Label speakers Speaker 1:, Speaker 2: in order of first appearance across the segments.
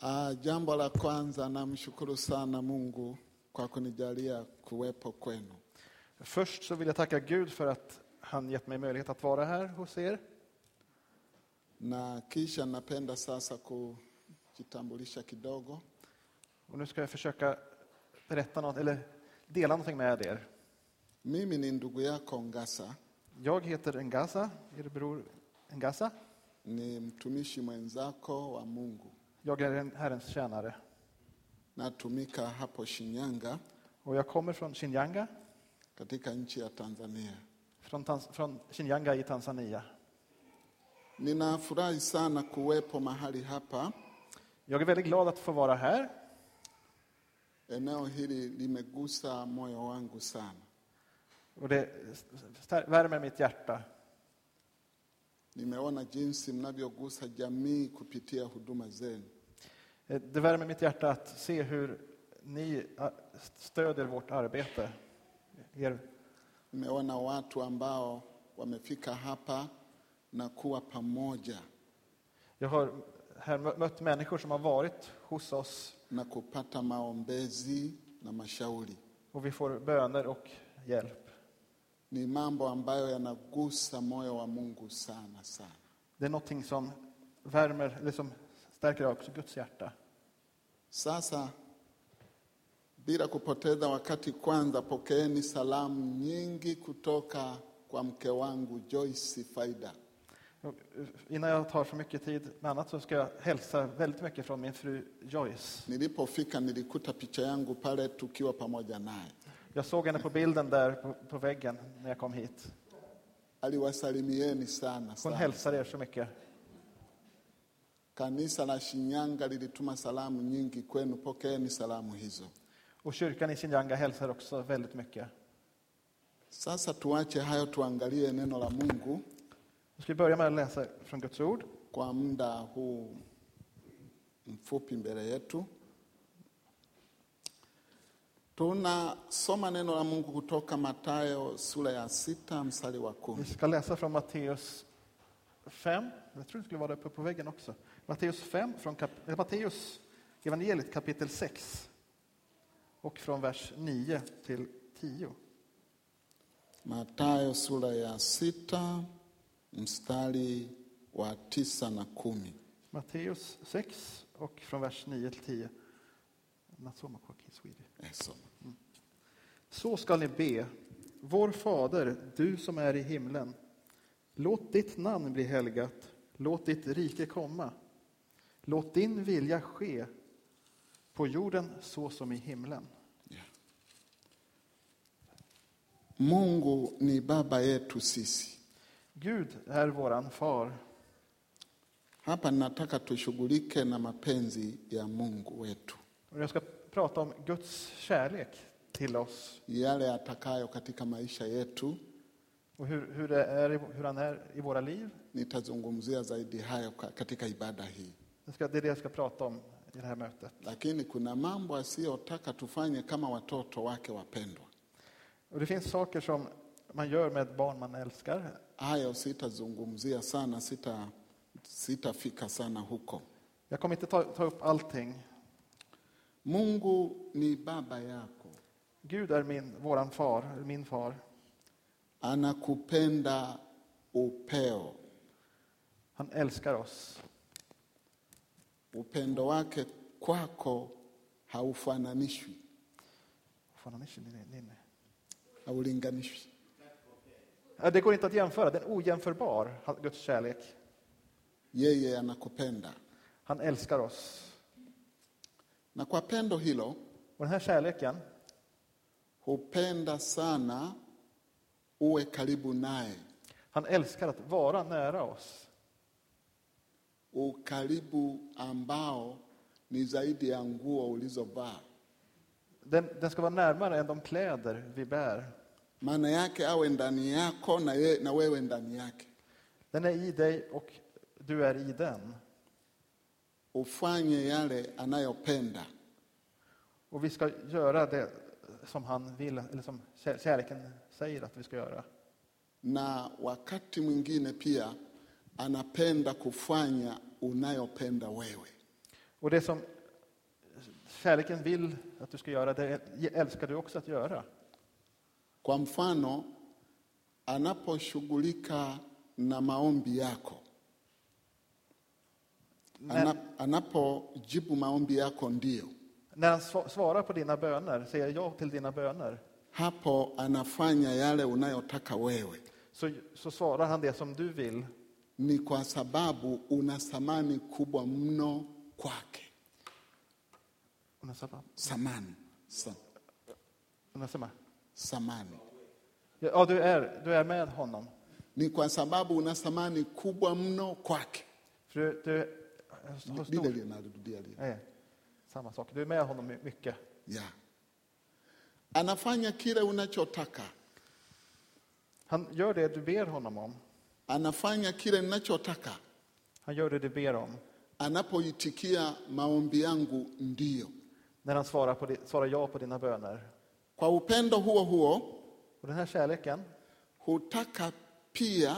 Speaker 1: Ah, jambo la kwanza namshukuru sana Mungu kwa kunijalia kuwepo kwenu.
Speaker 2: Först så vill jag tacka Gud för att han gett mig möjlighet att vara här hos er.
Speaker 1: Na kisha napenda sasa kujitambulisha kidogo.
Speaker 2: Och nu ska jag försöka berätta något, eller dela någonting med er.
Speaker 1: Mimi ni ndugu yako Ngasa,
Speaker 2: Jag heter Ngaza, er bror Ngaza.
Speaker 1: ni mtumishi mwenzako wa Mungu.
Speaker 2: Jag är en Herrens tjänare.
Speaker 1: Natumika hapo Shinyanga
Speaker 2: Och jag kommer från Shinyanga,
Speaker 1: katika nchi ya Tanzania.
Speaker 2: från, Tans- från Shinyanga i Tanzania.
Speaker 1: Ninafurahi sana kuwepo mahali hapa.
Speaker 2: Jag är väldigt glad att få vara här.
Speaker 1: Eneo hili limegusa moyo wangu sana.
Speaker 2: Och det stär- värmer mitt hjärta.
Speaker 1: Nimeona jinsi mnavyogusa jamii kupitia huduma zenu.
Speaker 2: Eh, Det värmer mitt hjärta att se hur ni eh, stödjer vårt arbete. Er
Speaker 1: Nimeona watu ambao wamefika hapa na kuwa pamoja
Speaker 2: Jag har här mö- mött människor som har varit hos oss
Speaker 1: na kupata maombezi na mashauri.
Speaker 2: och vi får böner och hjälp.
Speaker 1: Ni mambo ambayo yanagusa moyo wa Mungu sana sana.
Speaker 2: Det är någonting som värmer, eller som stärker också Guds hjärta.
Speaker 1: Sasa, bila kupoteza wakati, kwanza pokeeni salamu nyingi kutoka kwa mke wangu Joyce Faida.
Speaker 2: Och eh, innan jag tar för mycket tid med annat så ska jag hälsa väldigt mycket från min fru Joyce.
Speaker 1: Nilipofika nilikuta picha yangu pale tukiwa pamoja naye.
Speaker 2: Jag såg henne på bilden där på, på väggen när jag kom hit.
Speaker 1: Aliwasalimieni sana
Speaker 2: Hon
Speaker 1: sana.
Speaker 2: hälsar er så mycket.
Speaker 1: Kanisa la Shinyanga lilituma salamu nyingi kwenu, pokeeni salamu hizo.
Speaker 2: Och kyrkan i Shinyanga hälsar också väldigt mycket.
Speaker 1: Sasa tuache hayo, tuangalie neno la Mungu
Speaker 2: Nu ska vi börja med att läsa från Guds ord.
Speaker 1: kwa muda huu mfupi mbele yetu. Tunasoma neno la Mungu kutoka Mathayo sura ya sita mstari wa
Speaker 2: Vi
Speaker 1: kumi.
Speaker 2: ska läsa från Matteus 5. Jag tror det skulle vara uppe på väggen också. Matteus 5 från kap- eh, Matteus evangeliet kapitel 6 och från vers 9 till 10.
Speaker 1: Mathayo sura ya sita mstari wa tisa na kumi.
Speaker 2: Matteus 6 och från vers 9 till 10. Natsoma Kwaki, Sweden.
Speaker 1: Soma.
Speaker 2: Så skall ni be. Vår Fader, du som är i himlen. Låt ditt namn bli helgat. Låt ditt rike komma. Låt din vilja ske på jorden så som i himlen.
Speaker 1: Mungu ni baba yetu sisi.
Speaker 2: Gud är våran far.
Speaker 1: Hapa ninataka tushughulike na mapenzi ya Mungu wetu,
Speaker 2: Och jag ska prata om Guds kärlek till oss
Speaker 1: yale yatakayo katika maisha yetu.
Speaker 2: och hur, hur, det är, i- hur han är i våra liv.
Speaker 1: Nitazungumzia zaidi hayo ka- katika ibada hii,
Speaker 2: Det, ska, det är det jag ska prata om i det här mötet.
Speaker 1: lakini kuna mambo asiyotaka tufanye kama watoto wake wapendwa.
Speaker 2: Och det finns saker som man gör med ett barn man älskar.
Speaker 1: Hayo sitazungumzia sana, sita sitafika sana huko.
Speaker 2: Jag kommer inte ta, ta upp allting.
Speaker 1: Mungu ni baba yako,
Speaker 2: Gud är min, våran far, eller min far.
Speaker 1: anakupenda upeo
Speaker 2: Han älskar oss.
Speaker 1: Upendo wake kwako haufananishwi,
Speaker 2: Fan, han är inte min- min.
Speaker 1: haulinganishwi.
Speaker 2: Ja, Äh, Det går inte att jämföra. Den är ojämförbar, han- Guds kärlek.
Speaker 1: Yeye anakupenda,
Speaker 2: Han älskar oss.
Speaker 1: na kwa pendo hilo
Speaker 2: Och den här kärleken,
Speaker 1: hupenda sana uwe karibu naye,
Speaker 2: han älskar att vara nära oss.
Speaker 1: ukaribu ambao ni zaidi ya nguo ulizovaa.
Speaker 2: Den, den ska vara närmare än de kläder vi bär.
Speaker 1: Maana yake awe ndani yako na, ye, na wewe ndani yake,
Speaker 2: Den är i dig och du är i den.
Speaker 1: ufanye yale anayopenda.
Speaker 2: Och vi ska göra det som han vill, eller som kär- kärleken säger att vi ska göra.
Speaker 1: Na wakati mwingine pia anapenda kufanya unayopenda wewe.
Speaker 2: Och det som kärleken vill att du ska göra, det älskar du också att göra.
Speaker 1: Kwa mfano, anaposhughulika na maombi yako,
Speaker 2: När,
Speaker 1: anap, anapojibu maombi yako, ndiyo
Speaker 2: när han sva- svarar på dina böner, säger ja till dina böner,
Speaker 1: hapo anafanya yale unayotaka wewe.
Speaker 2: så, så svarar han det som du vill.
Speaker 1: Ni kwa sababu una thamani kubwa mno kwake.
Speaker 2: Unasema-
Speaker 1: Thamani, sa-
Speaker 2: unasema.
Speaker 1: thamani
Speaker 2: Ja, du är, du är med honom.
Speaker 1: ni kwa sababu una thamani kubwa mno kwake.
Speaker 2: För du, du har
Speaker 1: Lile
Speaker 2: stor,
Speaker 1: linarudia lile.
Speaker 2: nej, samma sak. Du är med honom my- mycket.
Speaker 1: Yeah. Anafanya kile unachotaka,
Speaker 2: Han gör det du ber honom om.
Speaker 1: anafanya kile ninachotaka.
Speaker 2: Han gör det du ber om.
Speaker 1: Anapoitikia maombi yangu ndiyo,
Speaker 2: När han svarar, på di, svarar ja på dina böner.
Speaker 1: kwa upendo huo huo
Speaker 2: Och den här kärleken,
Speaker 1: hutaka pia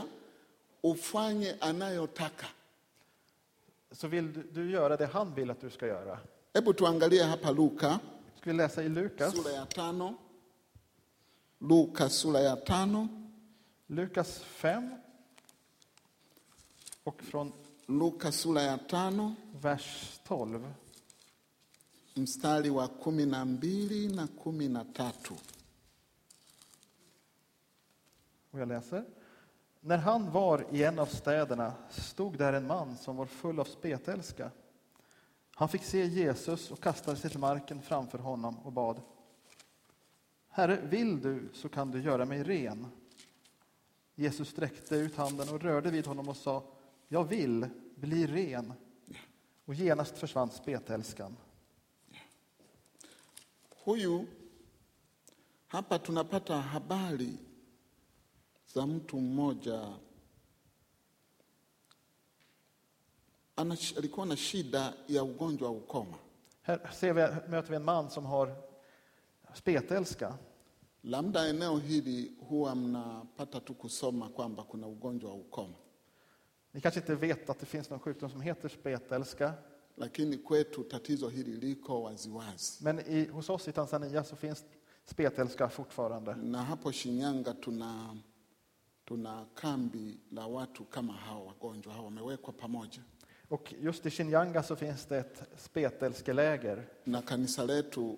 Speaker 1: ufanye anayotaka.
Speaker 2: så vill du, du göra det han vill att du ska göra.
Speaker 1: Hebu tuangalie hapa Luka
Speaker 2: Ska vi läsa i Lukas?
Speaker 1: sura ya tano, Luka sura ya tano,
Speaker 2: Lukas 5 och från
Speaker 1: Luka sura ya tano
Speaker 2: vers 12.
Speaker 1: mstari wa kumi na mbili na kumi na tatu.
Speaker 2: Och jag läser. När han var i en av städerna stod där en man som var full av spetälska. Han fick se Jesus och kastade sig till marken framför honom och bad. Herre, vill du så kan du göra mig ren. Jesus sträckte ut handen och rörde vid honom och sa, jag vill, bli ren. Och genast försvann spetälskan.
Speaker 1: Huyu hapa tunapata habari za mtu mmoja Ana, alikuwa na shida ya ugonjwa wa ukoma.
Speaker 2: Här ser vi, möter vi en man som har spetälska.
Speaker 1: Labda eneo hili huwa mnapata tu kusoma kwamba kuna ugonjwa wa ukoma,
Speaker 2: Ni kanske inte vet att det finns någon sjukdom som heter spetälska,
Speaker 1: lakini kwetu tatizo hili liko waziwazi,
Speaker 2: Men i, hos oss i Tanzania så finns spetälska fortfarande.
Speaker 1: na hapo Shinyanga tuna tuna kambi la watu kama hao wagonjwa hao wamewekwa pamoja.
Speaker 2: Och just i Shinyanga så finns det ett spetälskeläger.
Speaker 1: na kanisa letu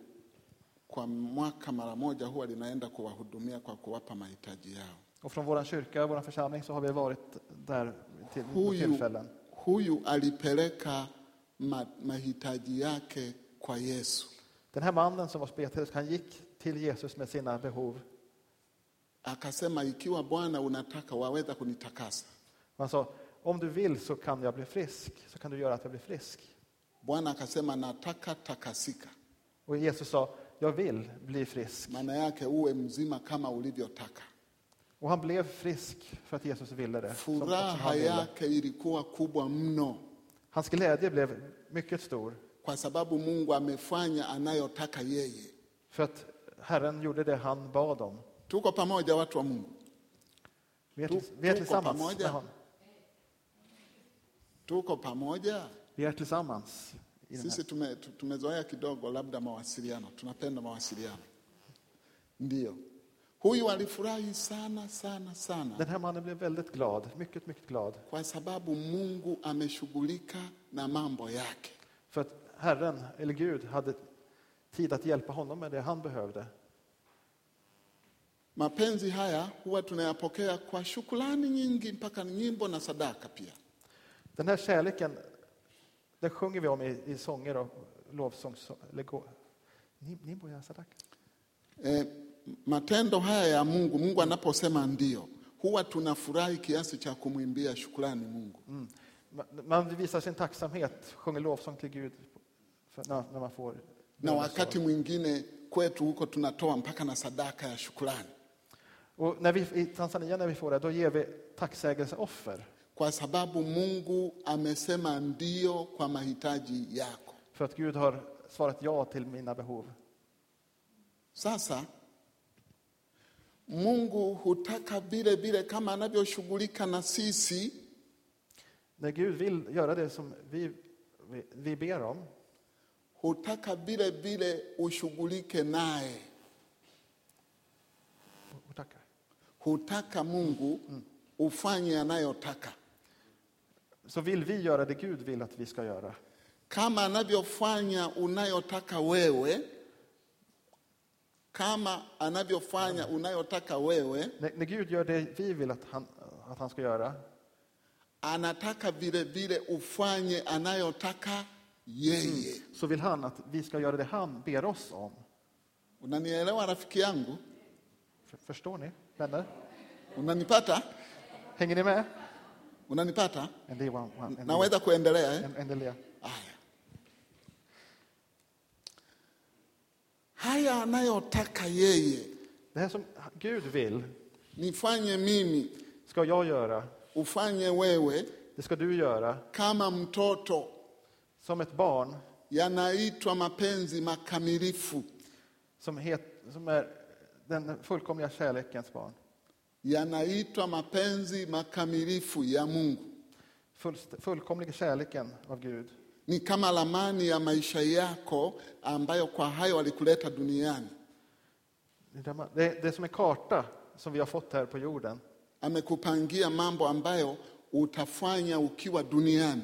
Speaker 1: kwa mwaka mara moja huwa linaenda kuwahudumia kwa kuwapa mahitaji yao.
Speaker 2: Och från vår kyrka, vår församling, så har vi varit där till på
Speaker 1: Huyu,
Speaker 2: tillfällen.
Speaker 1: huyu alipeleka ma, mahitaji yake kwa Yesu,
Speaker 2: Den här mannen som var spetälsk, han gick till Jesus med sina behov.
Speaker 1: akasema, ikiwa Bwana unataka waweza kunitakasa.
Speaker 2: Och Han sa, om du vill så kan jag bli frisk, så kan du göra att jag blir frisk.
Speaker 1: Bwana akasema, nataka takasika,
Speaker 2: Och Jesus sa, jag vill bli frisk.
Speaker 1: maana yake uwe mzima kama ulivyotaka.
Speaker 2: Och han blev frisk för att Jesus ville det. som också
Speaker 1: Furaha
Speaker 2: han, ville.
Speaker 1: yake ilikuwa kubwa mno,
Speaker 2: Hans glädje blev mycket stor.
Speaker 1: kwa sababu Mungu amefanya anayotaka yeye.
Speaker 2: För att Herren gjorde det han bad om.
Speaker 1: Tuko pamoja, watu wa Mungu?
Speaker 2: Vi är,
Speaker 1: Då-
Speaker 2: tills, vi är
Speaker 1: då
Speaker 2: tillsammans
Speaker 1: kommer jag
Speaker 2: med honom.
Speaker 1: Tuko pamoja?
Speaker 2: Vi är tillsammans. I den
Speaker 1: Sisi
Speaker 2: här.
Speaker 1: tume, tu- tumezoea kidogo labda mawasiliano, tunapenda mawasiliano. Ndio, huyu alifurahi sana sana
Speaker 2: den
Speaker 1: sana
Speaker 2: här mannen blev väldigt glad, mycket, mycket glad.
Speaker 1: kwa sababu Mungu ameshughulika na mambo yake.
Speaker 2: För att Herren, eller Gud, hade tid att hjälpa honom med det han behövde.
Speaker 1: Mapenzi haya huwa tunayapokea kwa shukrani nyingi, mpaka nyimbo na sadaka pia.
Speaker 2: Den här kärleken, den sjunger vi om i, i sånger och lovsångs... Eller gå, ni, ni börjar sadaka.
Speaker 1: E, matendo haya ya Mungu, Mungu anaposema ndio, huwa tunafurahi kiasi cha kumwimbia shukrani Mungu.
Speaker 2: Mm. Man, man visar sin tacksamhet, sjunger lovsång till Gud för, när, när man får...
Speaker 1: na wakati mwingine kwetu huko tunatoa mpaka na sadaka ya shukrani
Speaker 2: Och när vi, I Tanzania, när vi får det, då ger vi tacksägelseoffer.
Speaker 1: kwa sababu Mungu amesema ndio kwa mahitaji yako.
Speaker 2: För att Gud har svarat ja till mina behov.
Speaker 1: Sasa Mungu hutaka vile vile kama anavyoshughulika na sisi,
Speaker 2: När Gud vill göra det som vi vi, vi ber om
Speaker 1: hutaka vile vile ushughulike naye,
Speaker 2: och tackar.
Speaker 1: hutaka Mungu ufanye anayotaka
Speaker 2: Så vill vi göra det Gud vill att vi ska göra.
Speaker 1: kama anavyofanya unayotaka wewe, kama anavyofanya unayotaka wewe,
Speaker 2: När, när Gud gör det vi vill att han, att han ska göra,
Speaker 1: anataka vile vile ufanye anayotaka yeye.
Speaker 2: så vill han att vi ska göra det han ber oss om.
Speaker 1: Unanielewa rafiki yangu?
Speaker 2: För- Förstår ni, vänner?
Speaker 1: Unanipata?
Speaker 2: Hänger ni med?
Speaker 1: Unanipata?
Speaker 2: En del, en del,
Speaker 1: Naweza kuendelea eh?
Speaker 2: en, en del, ja.
Speaker 1: Haya, haya anayotaka yeye
Speaker 2: Det här som Gud vill
Speaker 1: nifanye mimi,
Speaker 2: ska jag göra,
Speaker 1: ufanye wewe,
Speaker 2: det ska du göra.
Speaker 1: kama mtoto
Speaker 2: Som ett barn
Speaker 1: yanaitwa mapenzi makamilifu
Speaker 2: som, het, som är den fullkomliga kärlekens barn.
Speaker 1: yanaitwa mapenzi makamilifu ya Mungu.
Speaker 2: Full, fullkomliga kärleken av Gud.
Speaker 1: Ni kama ramani ya maisha yako ambayo kwa hayo alikuleta duniani.
Speaker 2: Det är där man- Det, det är som en karta som vi har fått här på jorden.
Speaker 1: Amekupangia mambo ambayo utafanya ukiwa duniani.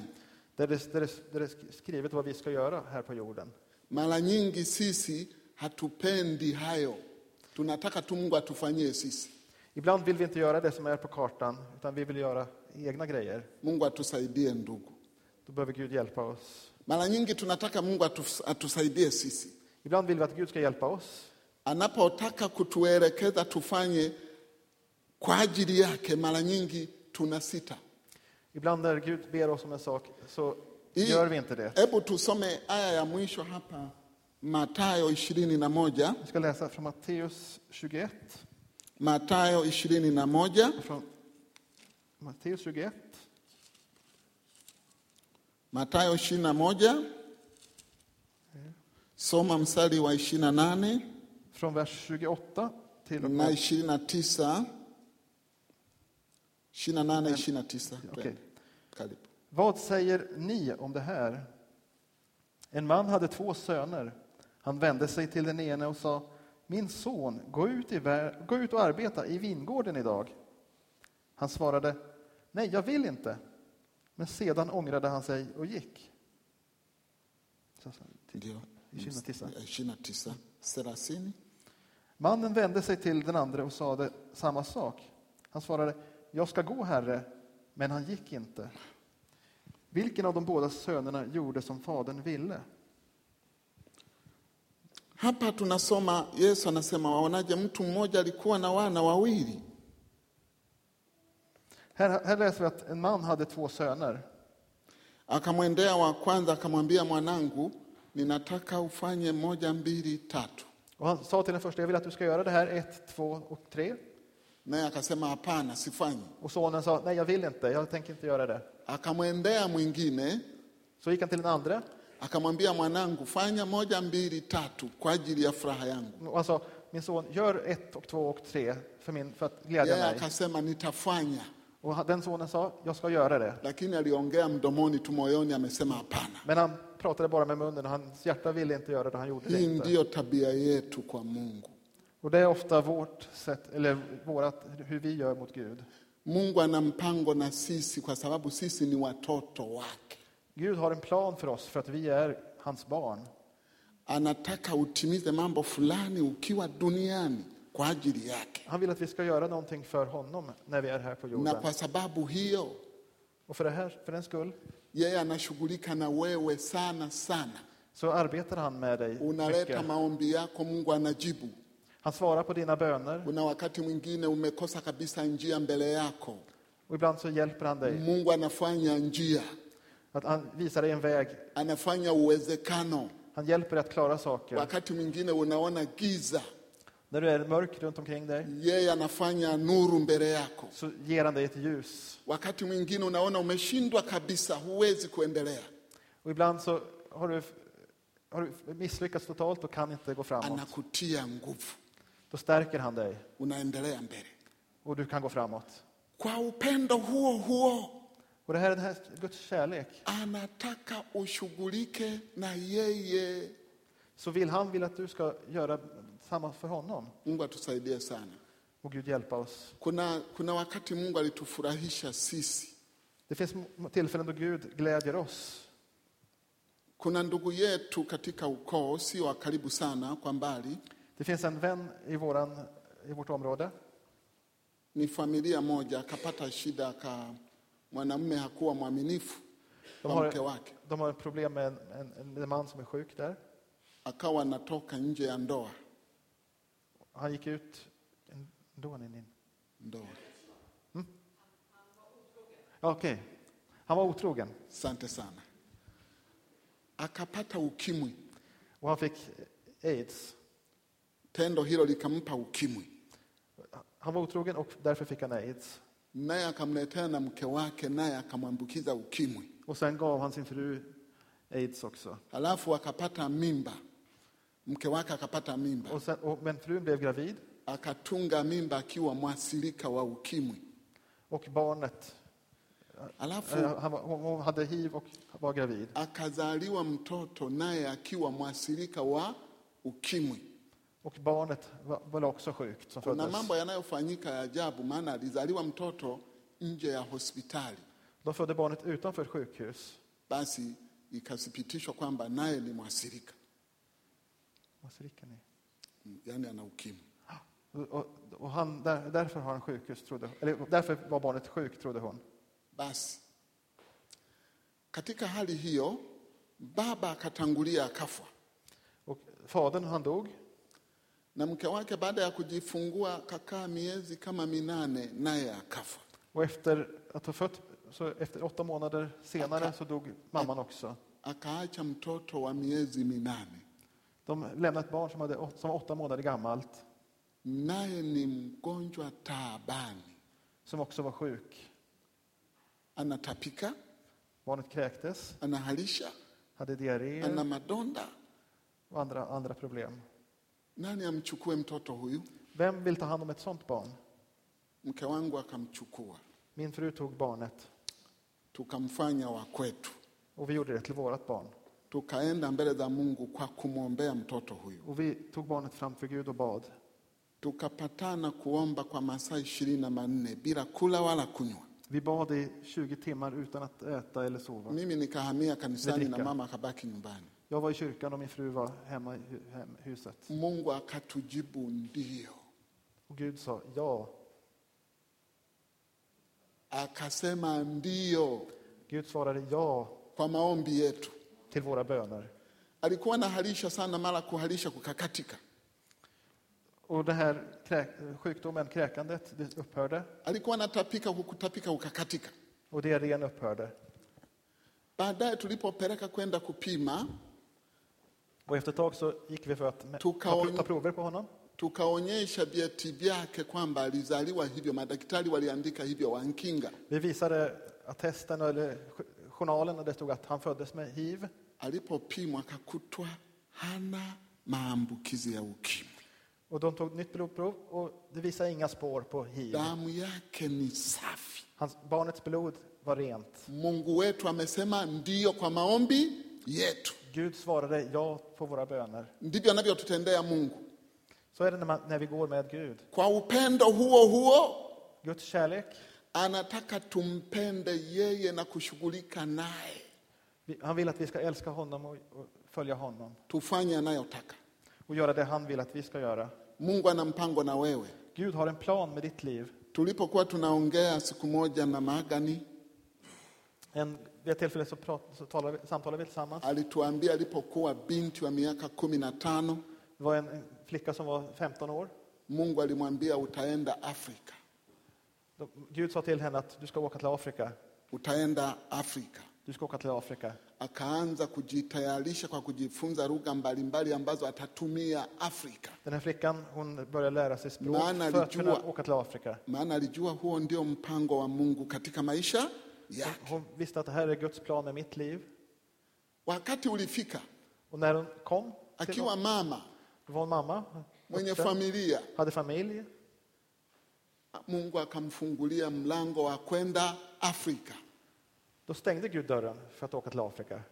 Speaker 2: Där det, där, det, där det är skrivet vad vi ska göra här på jorden.
Speaker 1: Mara nyingi sisi hatupendi hayo, tunataka tu Mungu atufanyie sisi.
Speaker 2: Ibland vill vi inte göra det som är på kartan, utan vi vill göra egna grejer.
Speaker 1: Mungu atusaidie ndugu.
Speaker 2: Då behöver Gud hjälpa oss.
Speaker 1: Mara nyingi tunataka Mungu atus- atusaidie sisi.
Speaker 2: Ibland vill vi att Gud ska hjälpa oss.
Speaker 1: anapotaka kutuelekeza tufanye kwa ajili yake, mara nyingi tunasita.
Speaker 2: Ibland när Gud ber oss om en sak så
Speaker 1: I-
Speaker 2: gör vi inte det.
Speaker 1: Hebu tusome aya ya mwisho hapa, Mathayo ishirini na moja
Speaker 2: Vi ska läsa från Matteus 21.
Speaker 1: Mathayo ishirini na moja
Speaker 2: Från Matteus 21,
Speaker 1: Mathayo ishirini na moja soma mstari wa ishirini na nane
Speaker 2: från vers 28 till och
Speaker 1: na
Speaker 2: med...
Speaker 1: ishirini na tisa ishirini na nane ishirini na tisa
Speaker 2: Okej.
Speaker 1: Twende. Karibu.
Speaker 2: Vad säger ni om det här? En man hade två söner. Han vände sig till den ene och sa Min son, gå ut, i vär- gå ut och arbeta i vingården idag. Han svarade Nej, jag vill inte. Men sedan ångrade han sig och gick. Så- så-
Speaker 1: Ndio.
Speaker 2: Ishirini na tisa.
Speaker 1: ishirini na tisa thelathini
Speaker 2: Mannen vände sig till den andra och sade samma sak. Han svarade, jag ska gå, herre, men han gick inte. Vilken av de båda sönerna gjorde som fadern ville?
Speaker 1: Hapa tunasoma Yesu anasema, waonaje mtu mmoja alikuwa na wana wawili?
Speaker 2: Här, här läser vi att en man hade två söner.
Speaker 1: Akamwendea wa kwanza akamwambia, mwanangu, ninataka ufanye moja, mbili, tatu.
Speaker 2: Och han sa till den första, jag vill att du ska göra det här, ett, två och tre.
Speaker 1: Naye akasema, hapana, sifanyi.
Speaker 2: Och sonen sa, nej jag vill inte, jag tänker inte göra det.
Speaker 1: Akamwendea mwingine
Speaker 2: Så gick han till den andra
Speaker 1: akamwambia, mwanangu, fanya moja, mbili, tatu kwa ajili ya furaha yangu.
Speaker 2: och han sa, min son, gör ett och två och tre för, min, för att glädja
Speaker 1: Yeye
Speaker 2: mig.
Speaker 1: akasema, nitafanya,
Speaker 2: Och han- den sonen sa, jag ska göra det.
Speaker 1: lakini aliongea mdomoni tu, moyoni amesema hapana.
Speaker 2: Men han pratade bara med munnen och hans hjärta ville inte göra det, han gjorde det
Speaker 1: Hii
Speaker 2: inte.
Speaker 1: ndiyo tabia yetu kwa Mungu.
Speaker 2: Och det är ofta vårt sätt, eller vårat, hur vi gör mot Gud.
Speaker 1: Mungu ana mpango na sisi kwa sababu sisi ni watoto wake.
Speaker 2: Gud har en plan för oss för att vi är hans barn.
Speaker 1: anataka utimize mambo fulani ukiwa duniani kwa ajili yake,
Speaker 2: Han vill att vi ska göra någonting för honom när vi är här på
Speaker 1: na
Speaker 2: jorden.
Speaker 1: kwa sababu hiyo
Speaker 2: Och för, det här, för den skull
Speaker 1: yeye anashughulika na wewe sana sana.
Speaker 2: så arbetar han med dig
Speaker 1: Unaleta
Speaker 2: mycket.
Speaker 1: maombi yako, Mungu anajibu.
Speaker 2: Han svarar på dina böner
Speaker 1: Kuna wakati mwingine umekosa kabisa njia mbele yako,
Speaker 2: och ibland så hjälper han dig.
Speaker 1: Mungu anafanya njia,
Speaker 2: Att han visar dig en väg.
Speaker 1: anafanya uwezekano.
Speaker 2: Han hjälper dig att klara saker.
Speaker 1: Wakati mwingine unaona giza,
Speaker 2: När du är mörk runt omkring dig
Speaker 1: yeye anafanya nuru mbele yako.
Speaker 2: så ger han dig ett ljus.
Speaker 1: Wakati mwingine unaona umeshindwa kabisa, huwezi kuendelea,
Speaker 2: Och ibland så har du, har du misslyckats totalt och kan inte gå framåt.
Speaker 1: anakutia nguvu,
Speaker 2: Då stärker han dig.
Speaker 1: unaendelea mbele.
Speaker 2: och du kan gå framåt.
Speaker 1: Kwa upendo huo huo
Speaker 2: Och det här är den här Guds kärlek.
Speaker 1: anataka ushughulike na yeye.
Speaker 2: Så vill han vill att du ska göra samma för honom.
Speaker 1: Mungu atusaidie sana.
Speaker 2: Och Gud hjälpa oss.
Speaker 1: Kuna, kuna wakati Mungu alitufurahisha sisi.
Speaker 2: Det finns m- tillfällen då Gud glädjer oss.
Speaker 1: Kuna ndugu yetu katika ukoo, sio wa karibu sana, kwa mbali,
Speaker 2: Det finns en vän i, våran, i vårt område.
Speaker 1: ni familia moja, akapata shida, aka mwanamume hakuwa mwaminifu
Speaker 2: De
Speaker 1: kwa
Speaker 2: har,
Speaker 1: mke wake,
Speaker 2: de har ett problem med en, en, en man som är sjuk där.
Speaker 1: akawa anatoka nje ya ndoa
Speaker 2: Han gick ut... en- Då är ni in.
Speaker 1: ndoa.
Speaker 2: Ja, Okej. Han var otrogen
Speaker 1: Asante sana, akapata ukimwi.
Speaker 2: och han fick aids.
Speaker 1: Tendo hilo likampa ukimwi,
Speaker 2: Han var otrogen och därför fick han aids.
Speaker 1: naye akamletea na mke wake, naye akamwambukiza ukimwi.
Speaker 2: Och sen gav han sin fru aids också.
Speaker 1: Halafu akapata mimba, mke wake akapata mimba.
Speaker 2: Och sen, och, men frun blev gravid
Speaker 1: akatunga mimba akiwa mwasilika wa ukimwi.
Speaker 2: och barnet, eh,
Speaker 1: Alafu
Speaker 2: han, var- hon, hon hade hiv och var gravid.
Speaker 1: akazaliwa mtoto naye akiwa mwasilika wa ukimwi.
Speaker 2: Och barnet var, var också sjukt som
Speaker 1: Kuna
Speaker 2: föddes.
Speaker 1: mambo yanayofanyika ya ajabu, maana alizaliwa mtoto nje ya hospitali,
Speaker 2: De födde barnet utanför ett sjukhus.
Speaker 1: basi ikathibitishwa kwamba naye ni mwasilika,
Speaker 2: Vad skriker ni?
Speaker 1: mm, yani ana ukimwi.
Speaker 2: Och, och han, där, därför har han sjukhus, trodde, eller därför var barnet sjukt, trodde hon.
Speaker 1: Basi katika hali hiyo, baba akatangulia akafa,
Speaker 2: Och fadern, han dog.
Speaker 1: na mke wake baada ya kujifungua kakaa miezi kama minane, naye akafa.
Speaker 2: Och efter att ha fött, så efter åtta månader senare så dog mamman också.
Speaker 1: akaacha mtoto wa miezi minane,
Speaker 2: De lämnade ett barn som, hade, åt- som var åtta månader gammalt,
Speaker 1: naye ni mgonjwa taabani,
Speaker 2: som också var sjuk.
Speaker 1: anatapika,
Speaker 2: Barnet kräktes,
Speaker 1: anahalisha,
Speaker 2: hade diarré
Speaker 1: ana madonda.
Speaker 2: och andra, andra problem.
Speaker 1: Nani amchukue mtoto huyu?
Speaker 2: Vem vill ta hand om ett sånt barn?
Speaker 1: Mke wangu akamchukua,
Speaker 2: Min fru tog barnet
Speaker 1: tukamfanya wa kwetu,
Speaker 2: och vi gjorde det till vårt barn.
Speaker 1: tukaenda mbele za Mungu kwa kumwombea mtoto huyu.
Speaker 2: Och vi tog barnet framför Gud och bad.
Speaker 1: Tukapatana kuomba kwa masaa ishirini na manne bila kula wala kunywa.
Speaker 2: Vi bad i 20 timmar utan att äta eller sova.
Speaker 1: Mimi nikahamia kanisani na
Speaker 2: Nedrika.
Speaker 1: mama akabaki nyumbani.
Speaker 2: Jag var i kyrkan och min fru var hemma i hu- hem- huset.
Speaker 1: Mungu akatujibu ndiyo.
Speaker 2: Och Gud sa ja.
Speaker 1: akasema ndiyo
Speaker 2: Gud svarade ja
Speaker 1: kwa maombi yetu.
Speaker 2: till våra böner.
Speaker 1: Alikuwa anahalisha sana, mara kuhalisha kukakatika.
Speaker 2: Och det här kräk, sjukdomen, kräkandet, det upphörde
Speaker 1: Alikuwa anatapika kukutapika kukakatika.
Speaker 2: och diarrén upphörde.
Speaker 1: Baadaye tulipopeleka kwenda kupima,
Speaker 2: Och efter ett tag så gick vi för att mä-
Speaker 1: Tog
Speaker 2: ta,
Speaker 1: Kaon-
Speaker 2: ta prover på honom.
Speaker 1: tukaonyesha vyeti vyake kwamba alizaliwa hivyo. Madaktari waliandika hivyo, Wankinga.
Speaker 2: Vi visade attesten, eller jo- journalen, och det stod att han föddes med hiv.
Speaker 1: Alipopimwa akakutwa hana maambukizi ya ukimwi.
Speaker 2: Och de tog nytt blodprov och det visade inga spår på hiv.
Speaker 1: Damu yake ni safi.
Speaker 2: Hans, barnets blod var rent.
Speaker 1: Mungu wetu amesema ndiyo kwa maombi yetu.
Speaker 2: Gud svarade ja på våra böner.
Speaker 1: Ndivyo anavyotutendea Mungu.
Speaker 2: Så är det när, man, när vi går med Gud.
Speaker 1: Kwa upendo huo huo
Speaker 2: Guds kärlek,
Speaker 1: anataka tumpende yeye na kushughulika naye,
Speaker 2: vi- han vill att vi ska älska honom och, och följa honom.
Speaker 1: tufanye anayotaka.
Speaker 2: Och göra det han vill att vi ska göra.
Speaker 1: Mungu ana mpango na wewe.
Speaker 2: Gud har en plan med ditt liv.
Speaker 1: Tulipokuwa tunaongea siku moja na Magani,
Speaker 2: En, vid ett tillfälle så, prat, så talade, vi- samtalade vi tillsammans.
Speaker 1: alituambia alipokuwa binti wa miaka kumi na tano
Speaker 2: Det var en, en flicka som var 15 år.
Speaker 1: Mungu alimwambia utaenda Afrika,
Speaker 2: De, Gud sa till henne att du ska åka till Afrika.
Speaker 1: utaenda Afrika.
Speaker 2: Du ska åka till Afrika.
Speaker 1: Akaanza kujitayarisha kwa kujifunza lugha mbalimbali ambazo atatumia Afrika,
Speaker 2: Den här flickan hon började lära sig språk
Speaker 1: Maana
Speaker 2: för att kunna
Speaker 1: alijua-
Speaker 2: åka till Afrika.
Speaker 1: maana alijua huo ndio mpango wa Mungu katika maisha yake.
Speaker 2: Hon visste att det här är Guds plan med mitt liv.
Speaker 1: Wakati ulifika
Speaker 2: Och när hon kom, till,
Speaker 1: akiwa mama
Speaker 2: då var hon mamma,
Speaker 1: mwenye
Speaker 2: vuxen,
Speaker 1: familia,
Speaker 2: hade familj.
Speaker 1: Mungu akamfungulia mlango wa kwenda Afrika.
Speaker 2: Då stängde Gud dörren för att åka till Afrika.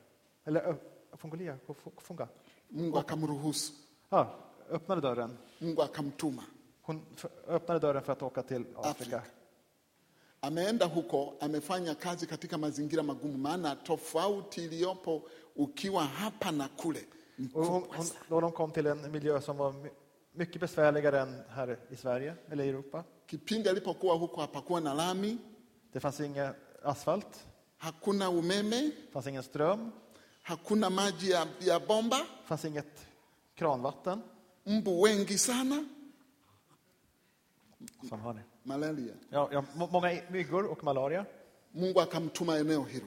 Speaker 2: Eller ö, Fongolia, Kof- Kofunga.
Speaker 1: Mungu akamruhusu,
Speaker 2: Ja, öppnade dörren.
Speaker 1: Mungu akamtuma.
Speaker 2: Hon f- öppnade dörren för att åka till Afrika.
Speaker 1: Afrika. Ameenda huko, amefanya kazi katika mazingira magumu, maana tofauti iliyopo ukiwa hapa na kule ni
Speaker 2: Och hon,
Speaker 1: kubwa
Speaker 2: hon,
Speaker 1: sana.
Speaker 2: då de kom till en miljö som var my- mycket besvärligare än här i Sverige eller i Europa.
Speaker 1: Kipindi alipokuwa huko hapakuwa na lami,
Speaker 2: Det fanns ingen asfalt,
Speaker 1: hakuna umeme,
Speaker 2: det fanns ingen ström,
Speaker 1: hakuna maji ya, ya bomba,
Speaker 2: det fanns inget kranvatten.
Speaker 1: mbu wengi sana,
Speaker 2: Som hör ni.
Speaker 1: malaria.
Speaker 2: Ja, ja, må- många i- myggor och malaria.
Speaker 1: Mungu akamtuma eneo hilo.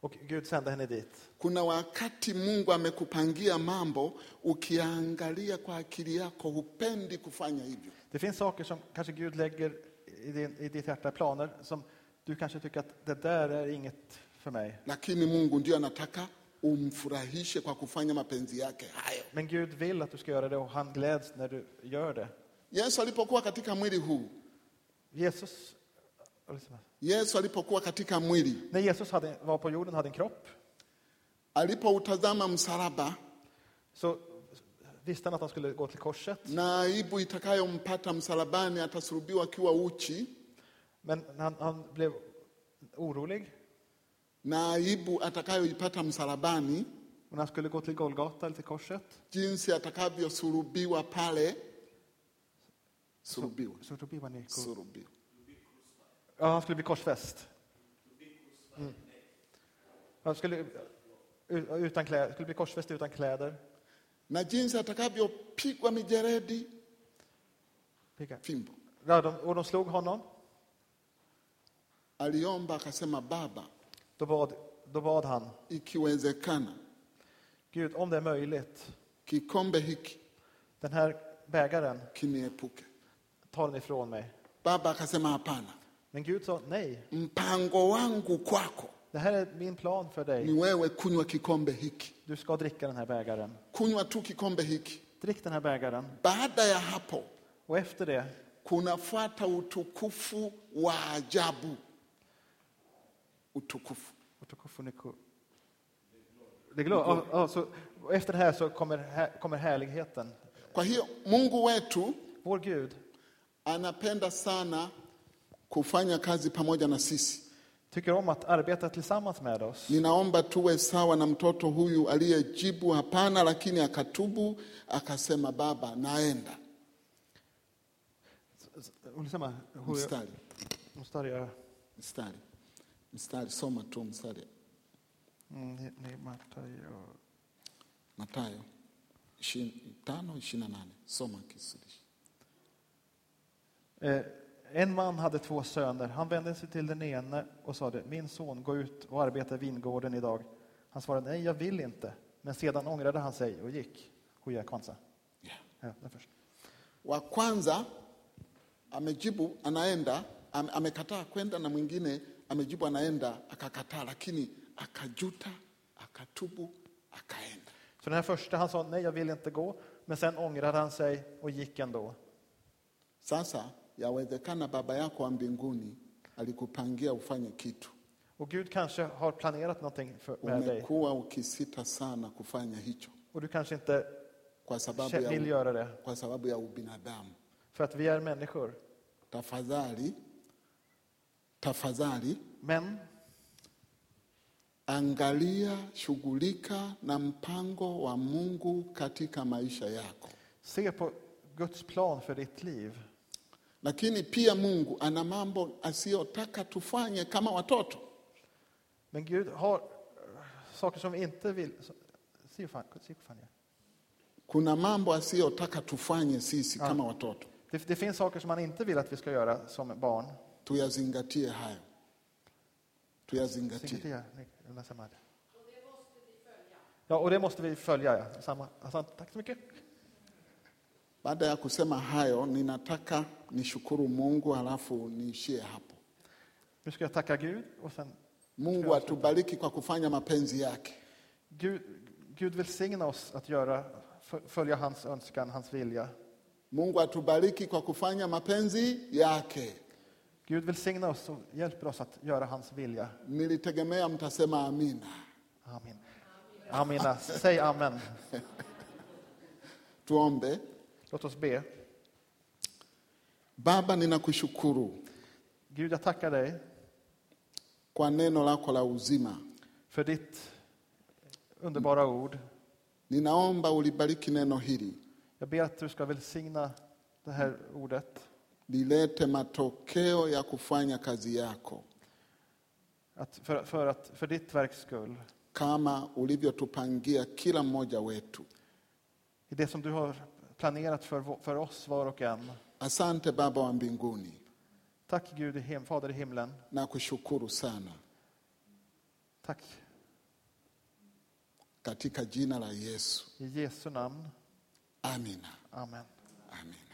Speaker 2: Och Gud sände henne dit.
Speaker 1: Kuna wakati Mungu amekupangia mambo, ukiangalia kwa akili yako hupendi kufanya hivyo.
Speaker 2: Det finns saker som kanske Gud lägger i, din, i ditt hjärta, planer som du kanske tycker att det där är inget för mig.
Speaker 1: lakini Mungu ndio anataka umfurahishe kwa kufanya mapenzi yake hayo.
Speaker 2: Men Gud vill att du ska göra det och han gläds när du gör det.
Speaker 1: Yesu alipokuwa katika mwili huu,
Speaker 2: Jesus, vad lyssnar jag?
Speaker 1: Yesu alipokuwa katika mwili,
Speaker 2: när Jesus hade, var på jorden hade en kropp
Speaker 1: alipoutazama msalaba
Speaker 2: så visste han att han skulle gå till korset.
Speaker 1: na aibu itakayompata msalabani, atasulubiwa akiwa uchi,
Speaker 2: Men han, han blev orolig.
Speaker 1: na aibu atakayoipata msalabani,
Speaker 2: Och när han skulle gå till Golgata, eller till korset,
Speaker 1: jinsi atakavyosulubiwa pale, sulubiwa,
Speaker 2: så då blev han i kor-
Speaker 1: sulubiwa.
Speaker 2: Ja, han skulle bli korsfäst. Mm. Han skulle, u- utan kläder, skulle bli korsfäst utan kläder.
Speaker 1: na jinsi atakavyopigwa mijeredi,
Speaker 2: Pika.
Speaker 1: fimbo.
Speaker 2: Ja, de, och de slog honom.
Speaker 1: Aliomba akasema, Baba,
Speaker 2: Då bad, då bad han,
Speaker 1: ikiwezekana
Speaker 2: Gud, om det är möjligt,
Speaker 1: kikombe hiki
Speaker 2: den här bägaren,
Speaker 1: kiniepuke.
Speaker 2: ta den ifrån mig.
Speaker 1: Baba akasema hapana,
Speaker 2: Men Gud sa nej.
Speaker 1: mpango wangu kwako
Speaker 2: Det här är min plan för
Speaker 1: ni
Speaker 2: dig.
Speaker 1: wewe kunywa kikombe hiki.
Speaker 2: Du ska dricka den här bägaren.
Speaker 1: Kunywa tu kikombe hiki.
Speaker 2: Drick den här bägaren.
Speaker 1: Baada ya hapo
Speaker 2: Och efter det
Speaker 1: kunafuata utukufu wa ajabu, utukufu.
Speaker 2: Otokofoniko. Det glad, ja, ja, så, och efter det här så kommer, här, kommer härligheten.
Speaker 1: Kwa hiyo Mungu wetu
Speaker 2: Vår Gud
Speaker 1: anapenda sana kufanya kazi pamoja na sisi.
Speaker 2: tycker om att arbeta tillsammans med oss.
Speaker 1: Ninaomba tuwe sawa na mtoto huyu aliyejibu hapana, lakini akatubu akasema, Baba, naenda
Speaker 2: Ulisema hur jag-
Speaker 1: mstari
Speaker 2: mstari jag-
Speaker 1: mstari mstari soma tu mstari
Speaker 2: mm, ni- ni- Mattai och-
Speaker 1: matayo ishirini- tano ishirini na nane soma kisudishi
Speaker 2: Eh, En man hade två söner. Han vände sig till den ene och sade, min son, gå ut och arbeta i vingården idag. Han svarade, nej, jag vill inte. Men sedan ångrade han sig och gick. Huja kwanza.
Speaker 1: yeah.
Speaker 2: Ja, den först.
Speaker 1: wa kwanza amejibu anaenda am, amekataa kwenda na mwingine amejibu anaenda akakataa lakini akajuta akatubu akaenda
Speaker 2: Så den här första, han sa nej, jag vill inte gå. Men sen ångrade han sig och gick ändå.
Speaker 1: sasa yawezekana baba yako wa mbinguni alikupangia ufanye kitu
Speaker 2: Och Gud kanske har planerat någonting för, med dig.
Speaker 1: umekuwa ukisita sana kufanya hicho
Speaker 2: Och du kanske inte
Speaker 1: kwa sababu
Speaker 2: kä- vill
Speaker 1: ya,
Speaker 2: göra det.
Speaker 1: kwa sababu ya ubinadamu
Speaker 2: För att vi är människor.
Speaker 1: tafadhali tafadhali
Speaker 2: Men
Speaker 1: angalia shughulika na mpango wa mungu katika maisha yako
Speaker 2: se på Guds plan för ditt liv.
Speaker 1: lakini pia mungu ana mambo asiyotaka tufanye kama watoto
Speaker 2: Men Gud har eh, saker som vi inte vill. så- se fan- se fan, ja.
Speaker 1: kuna mambo asiyotaka tufanye sisi
Speaker 2: Ah.
Speaker 1: kama watoto
Speaker 2: Det, det finns saker som han inte vill att vi ska göra som barn.
Speaker 1: tuyazingatie hayo tuyazingatie
Speaker 2: Singetia, ni- eller samma. Ja, och det måste vi följa. Ja. Samma. Hassan, tack så mycket.
Speaker 1: baada ya kusema hayo ninataka nishukuru mungu halafu niishie hapo
Speaker 2: Nu ska jag tacka Gud och sen
Speaker 1: mungu atubariki kwa kufanya mapenzi yake
Speaker 2: Gud, Gud välsigna oss att göra, f- följa hans önskan, hans vilja.
Speaker 1: Mungu atubariki kwa kufanya mapenzi yake.
Speaker 2: Gud välsigna oss och hjälper oss att göra hans vilja.
Speaker 1: Nilitegemea mtasema amina.
Speaker 2: Amen. Amina, säg amen.
Speaker 1: Tuombe.
Speaker 2: Låt oss be.
Speaker 1: Baba, ninakushukuru
Speaker 2: Gud, jag tackar dig
Speaker 1: kwa neno lako la uzima.
Speaker 2: för ditt underbara ord.
Speaker 1: Ninaomba ulibariki neno hili,
Speaker 2: Jag ber att du ska välsigna det här ordet.
Speaker 1: lilete matokeo ya kufanya kazi yako
Speaker 2: Att för, för, att, för ditt verks skull,
Speaker 1: kama ulivyotupangia kila mmoja wetu.
Speaker 2: i det som du har planerat för, vå- för oss var och en.
Speaker 1: Asante Baba wa mbinguni,
Speaker 2: Tack Gud, i him, Fader i himlen.
Speaker 1: nakushukuru sana
Speaker 2: Tack
Speaker 1: katika jina la Yesu.
Speaker 2: i Jesu namn.
Speaker 1: Amina,
Speaker 2: Amen.
Speaker 1: amina.